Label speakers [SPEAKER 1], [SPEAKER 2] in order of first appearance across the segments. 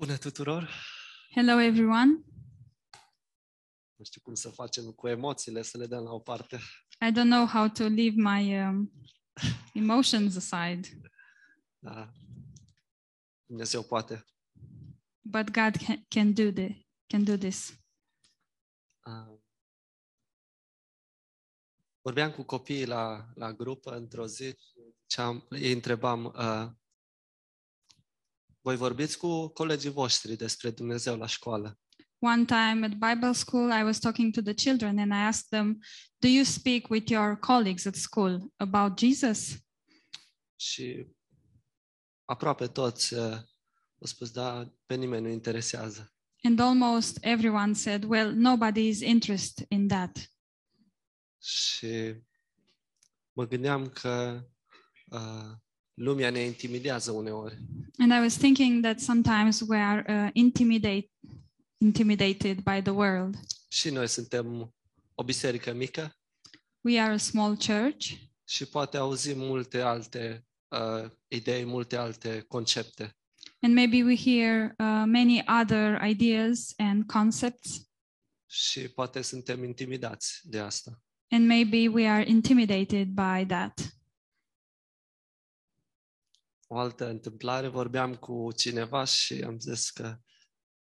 [SPEAKER 1] Bună tuturor!
[SPEAKER 2] Hello, everyone.
[SPEAKER 1] Nu știu cum să facem cu emoțiile, să le dăm la o parte.
[SPEAKER 2] I don't know how to leave my um, emotions aside,
[SPEAKER 1] Da. Dumnezeu poate.
[SPEAKER 2] but God can, can do the can do this.
[SPEAKER 1] Ah. Vorbeam cu copiii la, la grupă într-o zi și ziceam, îi întrebam, uh, voi vorbiți cu colegii voștri despre Dumnezeu la școală?
[SPEAKER 2] One time at Bible school, I was talking to the children and I asked them, "Do you speak with your colleagues at school about Jesus?"
[SPEAKER 1] Și aproape toți uh, au spus, da, pe nimeni nu interesează.
[SPEAKER 2] And almost everyone said, "Well, nobody is interested in that."
[SPEAKER 1] Și mă gândeam că uh, lumea ne intimidează uneori.
[SPEAKER 2] And I was thinking that sometimes we are uh, intimidate, intimidated by the world.
[SPEAKER 1] Și noi suntem o biserică mică
[SPEAKER 2] We are a small church,
[SPEAKER 1] și poate auzim multe alte uh, idei, multe alte concepte.
[SPEAKER 2] And maybe we hear uh, many other ideas and concepts,
[SPEAKER 1] Și poate suntem intimidați de asta.
[SPEAKER 2] and maybe we are intimidated by that.
[SPEAKER 1] O altă întâmplare, vorbeam cu cineva și am zis că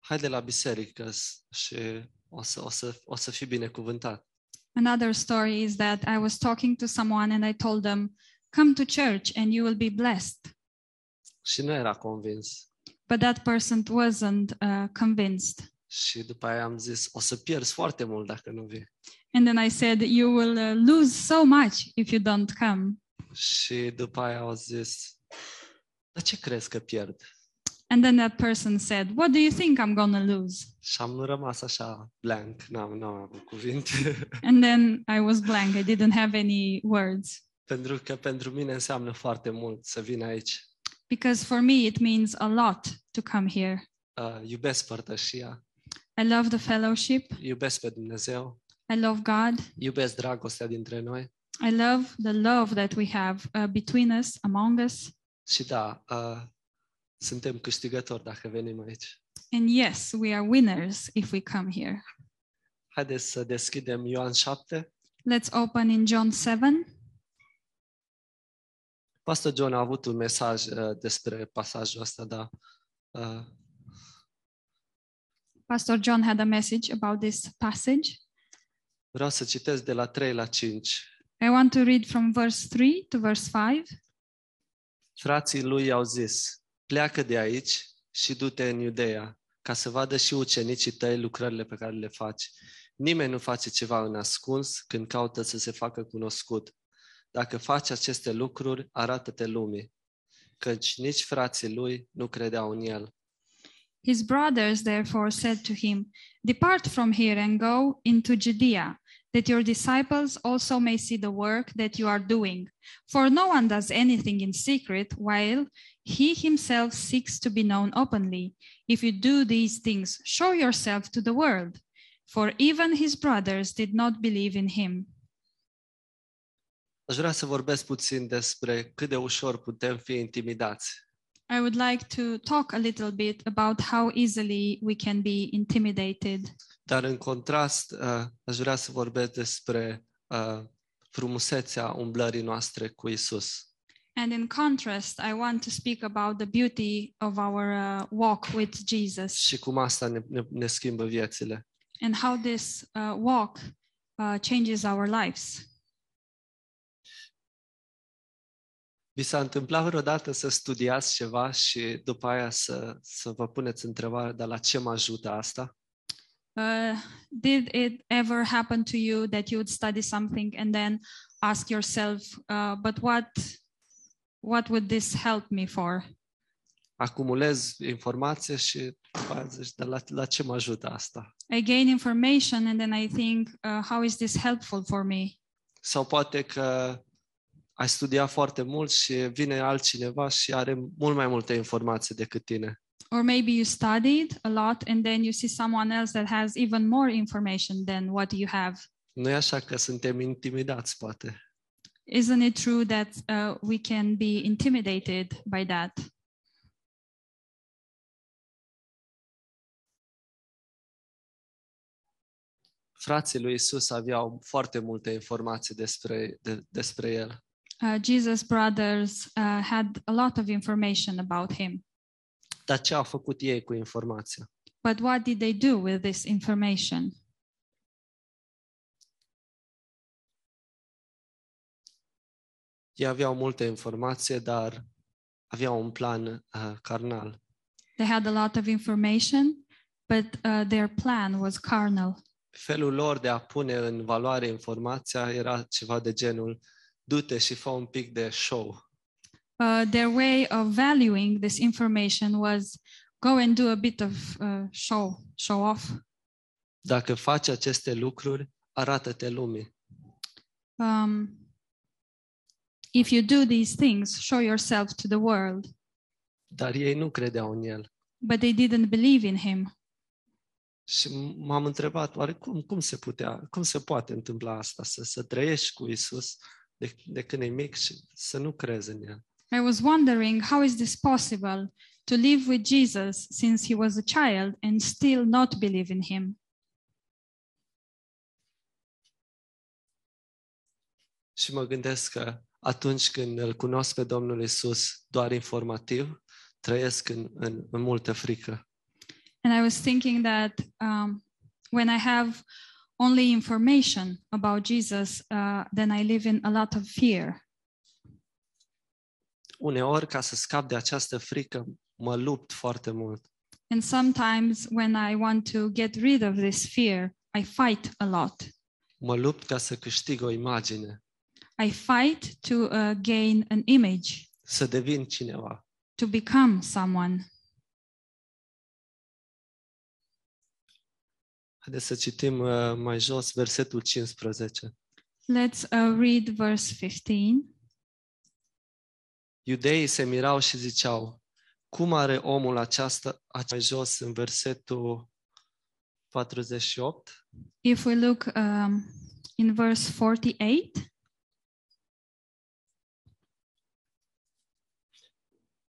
[SPEAKER 1] haide la biserică s- și o să, o să, o să fii binecuvântat.
[SPEAKER 2] Another story is that I was talking to someone and I told them, Come to church and you will be blessed.
[SPEAKER 1] Și nu era convins.
[SPEAKER 2] But that person wasn't uh, convinced.
[SPEAKER 1] Și după aia am zis, o să pierzi foarte mult dacă nu vii.
[SPEAKER 2] And then I said, You will uh, lose so much if you don't come.
[SPEAKER 1] Și după aia au zis, dar ce crezi că pierd?
[SPEAKER 2] And then that person said, What do you think I'm going to lose?
[SPEAKER 1] Și am rămas așa blank, n-am, n-am avut cuvinte,
[SPEAKER 2] And then I was blank. I didn't have any words.
[SPEAKER 1] pentru că pentru mine înseamnă foarte mult să vin aici.
[SPEAKER 2] Because for me, it means a lot to come here.
[SPEAKER 1] Uh, iubesc părtășia,
[SPEAKER 2] I love the fellowship.
[SPEAKER 1] iubesc pe Dumnezeu,
[SPEAKER 2] I love God.
[SPEAKER 1] iubesc dragostea dintre noi
[SPEAKER 2] I love the love that we have uh, between us, among us.
[SPEAKER 1] și da, uh, suntem câștigători dacă venim aici.
[SPEAKER 2] And yes, we are winners if we come here.
[SPEAKER 1] Haideți să deschidem Ioan 7.
[SPEAKER 2] Let's open in John 7.
[SPEAKER 1] Pastor John a avut un mesaj uh, despre pasajul ăsta, dar uh,
[SPEAKER 2] Pastor John had a message about this passage.
[SPEAKER 1] vreau să citesc de la 3 la 5.
[SPEAKER 2] I want to read from verse 3 to verse 5.
[SPEAKER 1] Frații lui i-au zis, pleacă de aici și du-te în Iudeea, ca să vadă și ucenicii tăi lucrările pe care le faci. Nimeni nu face ceva în ascuns când caută să se facă cunoscut. Dacă faci aceste lucruri, arată-te lumii, căci nici frații lui nu credeau în el.
[SPEAKER 2] His brothers therefore said to him, Depart from here and go into Judea, that your disciples also may see the work that you are doing. For no one does anything in secret, while he himself seeks to be known openly. If you do these things, show yourself to the world. For even his brothers did not believe in him.
[SPEAKER 1] Aș vrea să vorbesc puțin despre cât de ușor putem fi intimidați.
[SPEAKER 2] I would like to talk a little bit about how easily we can be intimidated.
[SPEAKER 1] Dar în contrast, uh, aș vrea să vorbesc despre uh, frumusețea umblării noastre cu Isus.
[SPEAKER 2] And in contrast, I want to speak about the beauty of our uh, walk with Jesus
[SPEAKER 1] și cum asta ne, ne, ne schimbă viețile.
[SPEAKER 2] and how this uh, walk uh, changes our lives.
[SPEAKER 1] Vi s-a întâmplat vreodată să studiați ceva și după aia să, să vă puneți întrebarea, dar la ce mă ajută asta?
[SPEAKER 2] Uh, did it ever happen to you that you would study something and then ask yourself, uh, but what, what would this help me for?
[SPEAKER 1] Acumulez informație și după aia zici, dar la, la ce mă ajută asta?
[SPEAKER 2] I gain information and then I think, uh, how is this helpful for me?
[SPEAKER 1] Sau poate că ai studiat foarte mult și vine altcineva și are mult mai multe informații decât tine.
[SPEAKER 2] Or maybe you studied a lot and then you see someone else that has even more information than what you have.
[SPEAKER 1] Nu e așa că suntem intimidați, poate.
[SPEAKER 2] isn't it true that uh, we can be intimidated by that?
[SPEAKER 1] frații lui Isus aveau foarte multe informații despre, de, despre el.
[SPEAKER 2] Uh, Jesus' brothers uh, had a lot of information about him.
[SPEAKER 1] Dar ce au făcut ei cu informația?
[SPEAKER 2] But what did they do with this information?
[SPEAKER 1] Ei aveau multe informație, dar aveau un plan uh, carnal.
[SPEAKER 2] They had a lot of information, but uh, their plan was carnal.
[SPEAKER 1] Felul lor de a pune în valoare informația era ceva de genul du-te și fă un pic de show.
[SPEAKER 2] Uh, their way of valuing this information was go and do a bit of uh, show, show off.
[SPEAKER 1] Dacă faci aceste lucruri, arată-te lumii.
[SPEAKER 2] Um, if you do these things, show yourself to the world.
[SPEAKER 1] Dar ei nu credeau în el.
[SPEAKER 2] But they didn't believe in him.
[SPEAKER 1] Și m-am întrebat, oare cum, cum se putea, cum se poate întâmpla asta, să, să trăiești cu Isus de, de când e mic și să nu crezi în El.
[SPEAKER 2] I was wondering how is this possible to live with Jesus since he was a child and still not believe in him.
[SPEAKER 1] Și mă gândesc că atunci când îl cunosc pe Domnul Isus doar informativ, trăiesc în, în, în multă frică.
[SPEAKER 2] And I was thinking that um, when I have only information about Jesus, uh, then I live in a lot of fear.
[SPEAKER 1] Uneori, ca să scap de această frică, mă lupt foarte mult.
[SPEAKER 2] And sometimes when I want to get rid of this fear, I fight a lot.
[SPEAKER 1] Mă lupt ca să câștig o imagine,
[SPEAKER 2] I fight to uh, gain an image,
[SPEAKER 1] să devin cineva.
[SPEAKER 2] to become someone.
[SPEAKER 1] Haideți să citim uh, mai jos versetul 15.
[SPEAKER 2] Let's uh, read verse 15.
[SPEAKER 1] Iudeii se mirau și ziceau, cum are omul aceasta, mai jos în versetul 48,
[SPEAKER 2] If we look um, in verse 48,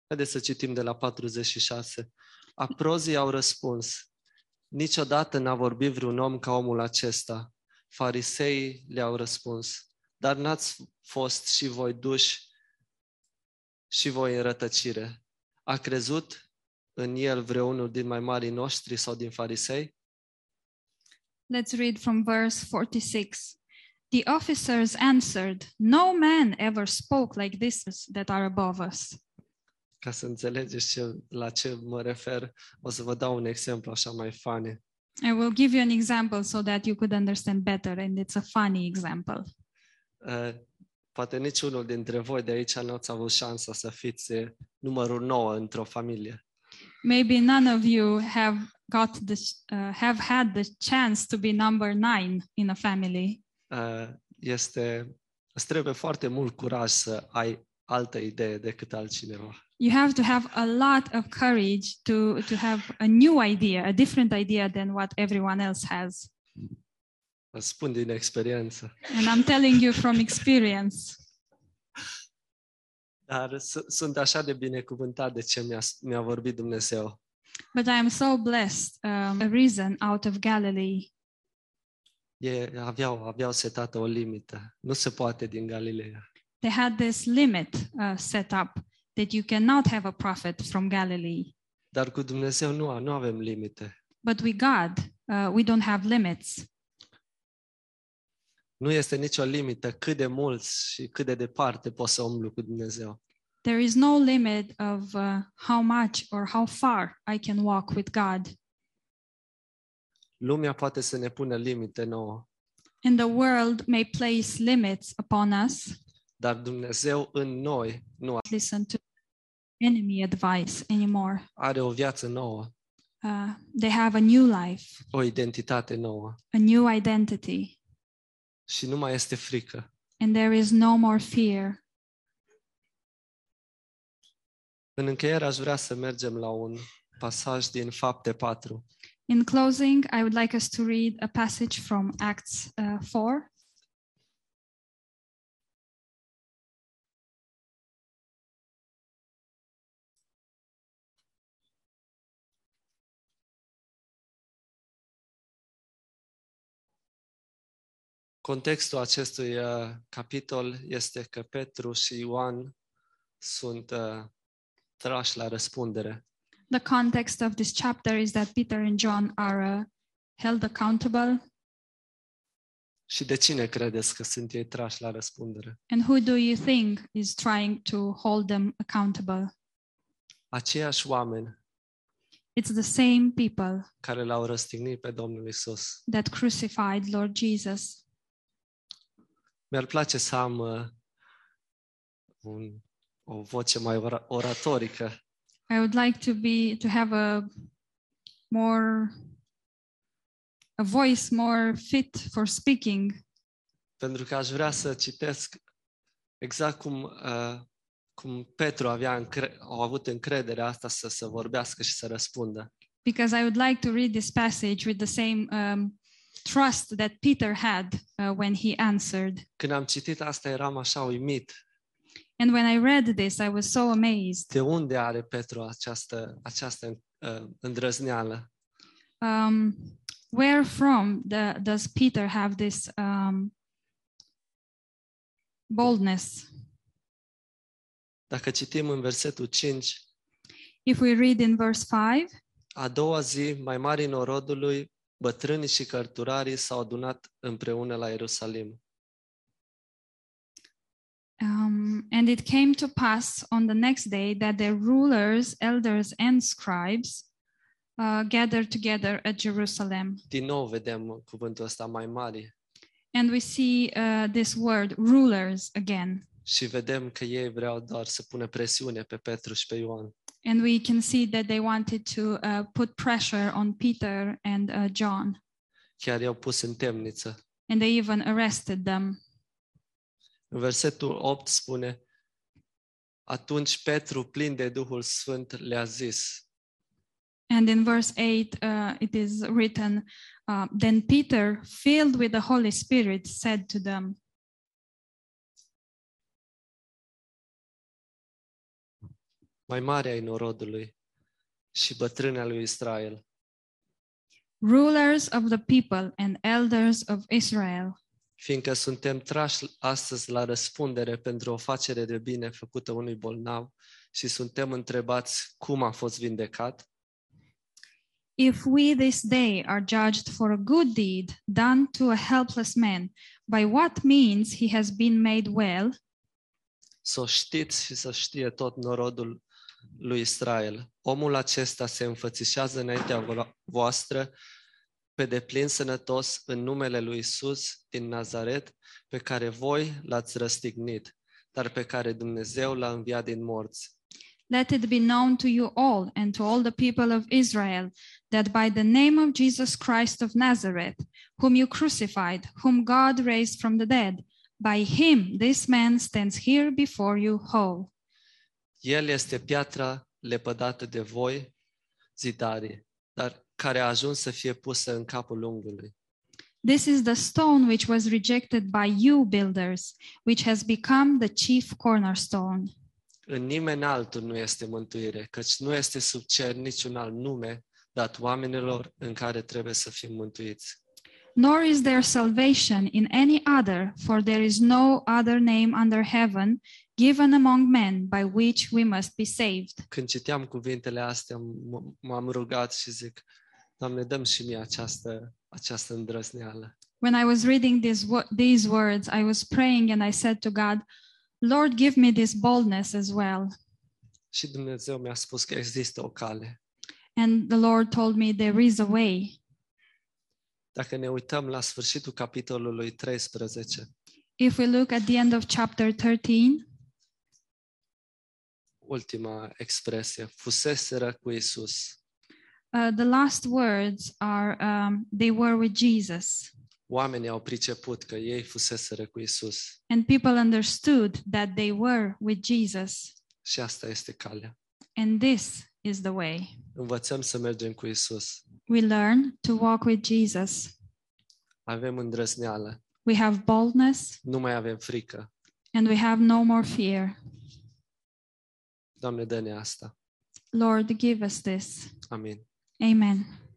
[SPEAKER 1] Haideți să citim de la 46. Aprozii au răspuns, niciodată n-a vorbit vreun om ca omul acesta. Fariseii le-au răspuns, dar n-ați fost și voi duși și voi în rătăcire. A crezut în el vreunul din mai marii noștri sau din farisei?
[SPEAKER 2] let's read from verse 46. The officers answered, No man ever spoke like this that are above us.
[SPEAKER 1] Ca să înțelegeți ce, la ce mă refer, o să vă dau un exemplu așa mai funny.
[SPEAKER 2] I will give you an example so that you could understand better, and it's a funny example.
[SPEAKER 1] Uh, poate niciunul dintre voi de aici nu ați avut șansa să fiți eh, numărul 9 într-o familie.
[SPEAKER 2] Maybe none of you have got the uh, have had the chance to be number nine in a family.
[SPEAKER 1] Uh, Este, îți trebuie foarte mult curaj să ai altă idee decât altcineva.
[SPEAKER 2] You have to have a lot of courage to to have a new idea, a different idea than what everyone else has.
[SPEAKER 1] Vă spun din experiență.
[SPEAKER 2] And I'm telling you from experience.
[SPEAKER 1] Dar su- sunt așa de binecuvântat de ce mi-a, mi-a vorbit Dumnezeu.
[SPEAKER 2] But I am so blessed. Um, a reason out of Galilee.
[SPEAKER 1] E, aveau, aveau setată o limită. Nu se poate din Galileea.
[SPEAKER 2] They had this limit uh, set up that you cannot have a prophet from Galilee.
[SPEAKER 1] Dar cu Dumnezeu nu, nu avem limite.
[SPEAKER 2] But with God, uh, we don't have limits.
[SPEAKER 1] Nu este nicio limită cât de mult și cât de departe poți să umblu cu Dumnezeu.
[SPEAKER 2] There is no limit of uh, how much or how far I can walk with God.
[SPEAKER 1] Lumea poate să ne pună limite nouă,
[SPEAKER 2] And the world may place limits upon us.
[SPEAKER 1] dar Dumnezeu în noi nu
[SPEAKER 2] Listen to enemy advice anymore.
[SPEAKER 1] are o viață nouă,
[SPEAKER 2] Uh, they have a new life,
[SPEAKER 1] o identitate nouă
[SPEAKER 2] a new identity,
[SPEAKER 1] și nu mai este frică.
[SPEAKER 2] and there is no more fear.
[SPEAKER 1] În încheiere aș vrea să mergem la un pasaj din Fapte 4.
[SPEAKER 2] In closing, I would like us to read a passage from Acts uh, 4.
[SPEAKER 1] Contextul acestui uh, capitol este că Petru și Ioan sunt uh, trași la răspundere.
[SPEAKER 2] The context of this chapter is that Peter and John are uh, held accountable.
[SPEAKER 1] Și de cine credeți că sunt ei trași la răspundere?
[SPEAKER 2] And who do you think is trying to hold them accountable?
[SPEAKER 1] Aceiași oameni
[SPEAKER 2] It's the same people
[SPEAKER 1] care l-au răstignit pe Domnul Isus.
[SPEAKER 2] that crucified Lord Jesus.
[SPEAKER 1] Mi-ar place să am uh, un, o voce mai ora- oratorică.
[SPEAKER 2] I would like to be to have a more a voice more fit for speaking
[SPEAKER 1] pentru că aș vrea să citesc exact cum, uh, cum Petru avea încre- au avut încrederea asta să, să vorbească și să răspundă.
[SPEAKER 2] because I would like to read this passage with the same um, trust that Peter had uh, when he answered.
[SPEAKER 1] Când am citit asta eram așa uimit.
[SPEAKER 2] And when I read this, I was so amazed.
[SPEAKER 1] De unde are Petru această, această uh, îndrăzneală?
[SPEAKER 2] Um, where from the, does Peter have this um, boldness?
[SPEAKER 1] Dacă citim în versetul 5,
[SPEAKER 2] If we read in verse 5,
[SPEAKER 1] a doua zi, mai mari norodului, bătrânii și cărturarii s-au adunat împreună la Ierusalim.
[SPEAKER 2] Um, and it came to pass on the next day that the rulers, elders, and scribes uh, gathered together at Jerusalem.
[SPEAKER 1] Din nou vedem cuvântul ăsta mai mari
[SPEAKER 2] And we see uh, this word, rulers, again.
[SPEAKER 1] și vedem că ei vreau doar să pună presiune pe Petru și pe Ioan.
[SPEAKER 2] And we can see that they wanted to uh, put pressure on Peter and uh, John,
[SPEAKER 1] chiar i-au pus în temniță.
[SPEAKER 2] and they even arrested them.
[SPEAKER 1] În versetul 8 spune, atunci Petru, plin de Duhul Sfânt, le-a zis,
[SPEAKER 2] And in verse 8, uh, it is written uh, Then Peter, filled with the Holy Spirit, said to them,
[SPEAKER 1] mai mare ai norodului și bătrâna lui Israel,
[SPEAKER 2] Rulers of the people and elders of Israel.
[SPEAKER 1] fiindcă suntem trași astăzi la răspundere pentru o facere de bine făcută unui bolnav și suntem întrebați cum a fost vindecat,
[SPEAKER 2] If we this day are judged for a good deed done to a helpless man, by what means he has been made well,
[SPEAKER 1] să o știți și să știe tot norodul lui Israel. Omul acesta se înfățișează înaintea vo- voastră pe deplin sănătos în numele lui Isus din Nazaret, pe care voi l-ați răstignit, dar pe care Dumnezeu l-a înviat din morți.
[SPEAKER 2] let it be known to you all and to all the people of Israel that by the name of Jesus Christ of Nazareth, whom you crucified, whom God raised from the dead, by him this man stands here before you whole.
[SPEAKER 1] El este piatra lepădată de voi, zidarii, dar care a ajuns să fie pusă în capul unghiului.
[SPEAKER 2] This is the stone which was rejected by you builders, which has become the chief cornerstone.
[SPEAKER 1] În nimeni altul nu este mântuire, căci nu este sub cer niciun alt nume dat oamenilor în care trebuie să fim mântuiți.
[SPEAKER 2] Nor is there salvation in any other, for there is no other name under heaven given among men by which we must be saved.
[SPEAKER 1] Când citeam cuvintele astea, m- m-am rugat și zic, Doamne, dăm și mie această, această îndrăzneală.
[SPEAKER 2] When I was reading these, wo- these words, I was praying and I said to God, Lord, give me this boldness as well.
[SPEAKER 1] Și Dumnezeu mi-a spus că există o cale.
[SPEAKER 2] And the Lord told me there is a way.
[SPEAKER 1] Dacă ne uităm la sfârșitul capitolului 13,
[SPEAKER 2] If we look at the end of chapter 13,
[SPEAKER 1] ultima expresie, fuseseră cu Isus.
[SPEAKER 2] uh, the last words are, um, They were with Jesus.
[SPEAKER 1] Oamenii au priceput că ei fuseseră cu Isus
[SPEAKER 2] And people understood that they were with Jesus.
[SPEAKER 1] și asta este calea.
[SPEAKER 2] And this is the way.
[SPEAKER 1] Învățăm să mergem cu Isus.
[SPEAKER 2] We learn to walk with Jesus.
[SPEAKER 1] Avem îndrăzneală,
[SPEAKER 2] We have boldness
[SPEAKER 1] nu mai avem frică.
[SPEAKER 2] and we have no more fear.
[SPEAKER 1] Doamne, dă-ne asta.
[SPEAKER 2] Lord, give us this.
[SPEAKER 1] Amin.
[SPEAKER 2] Amen.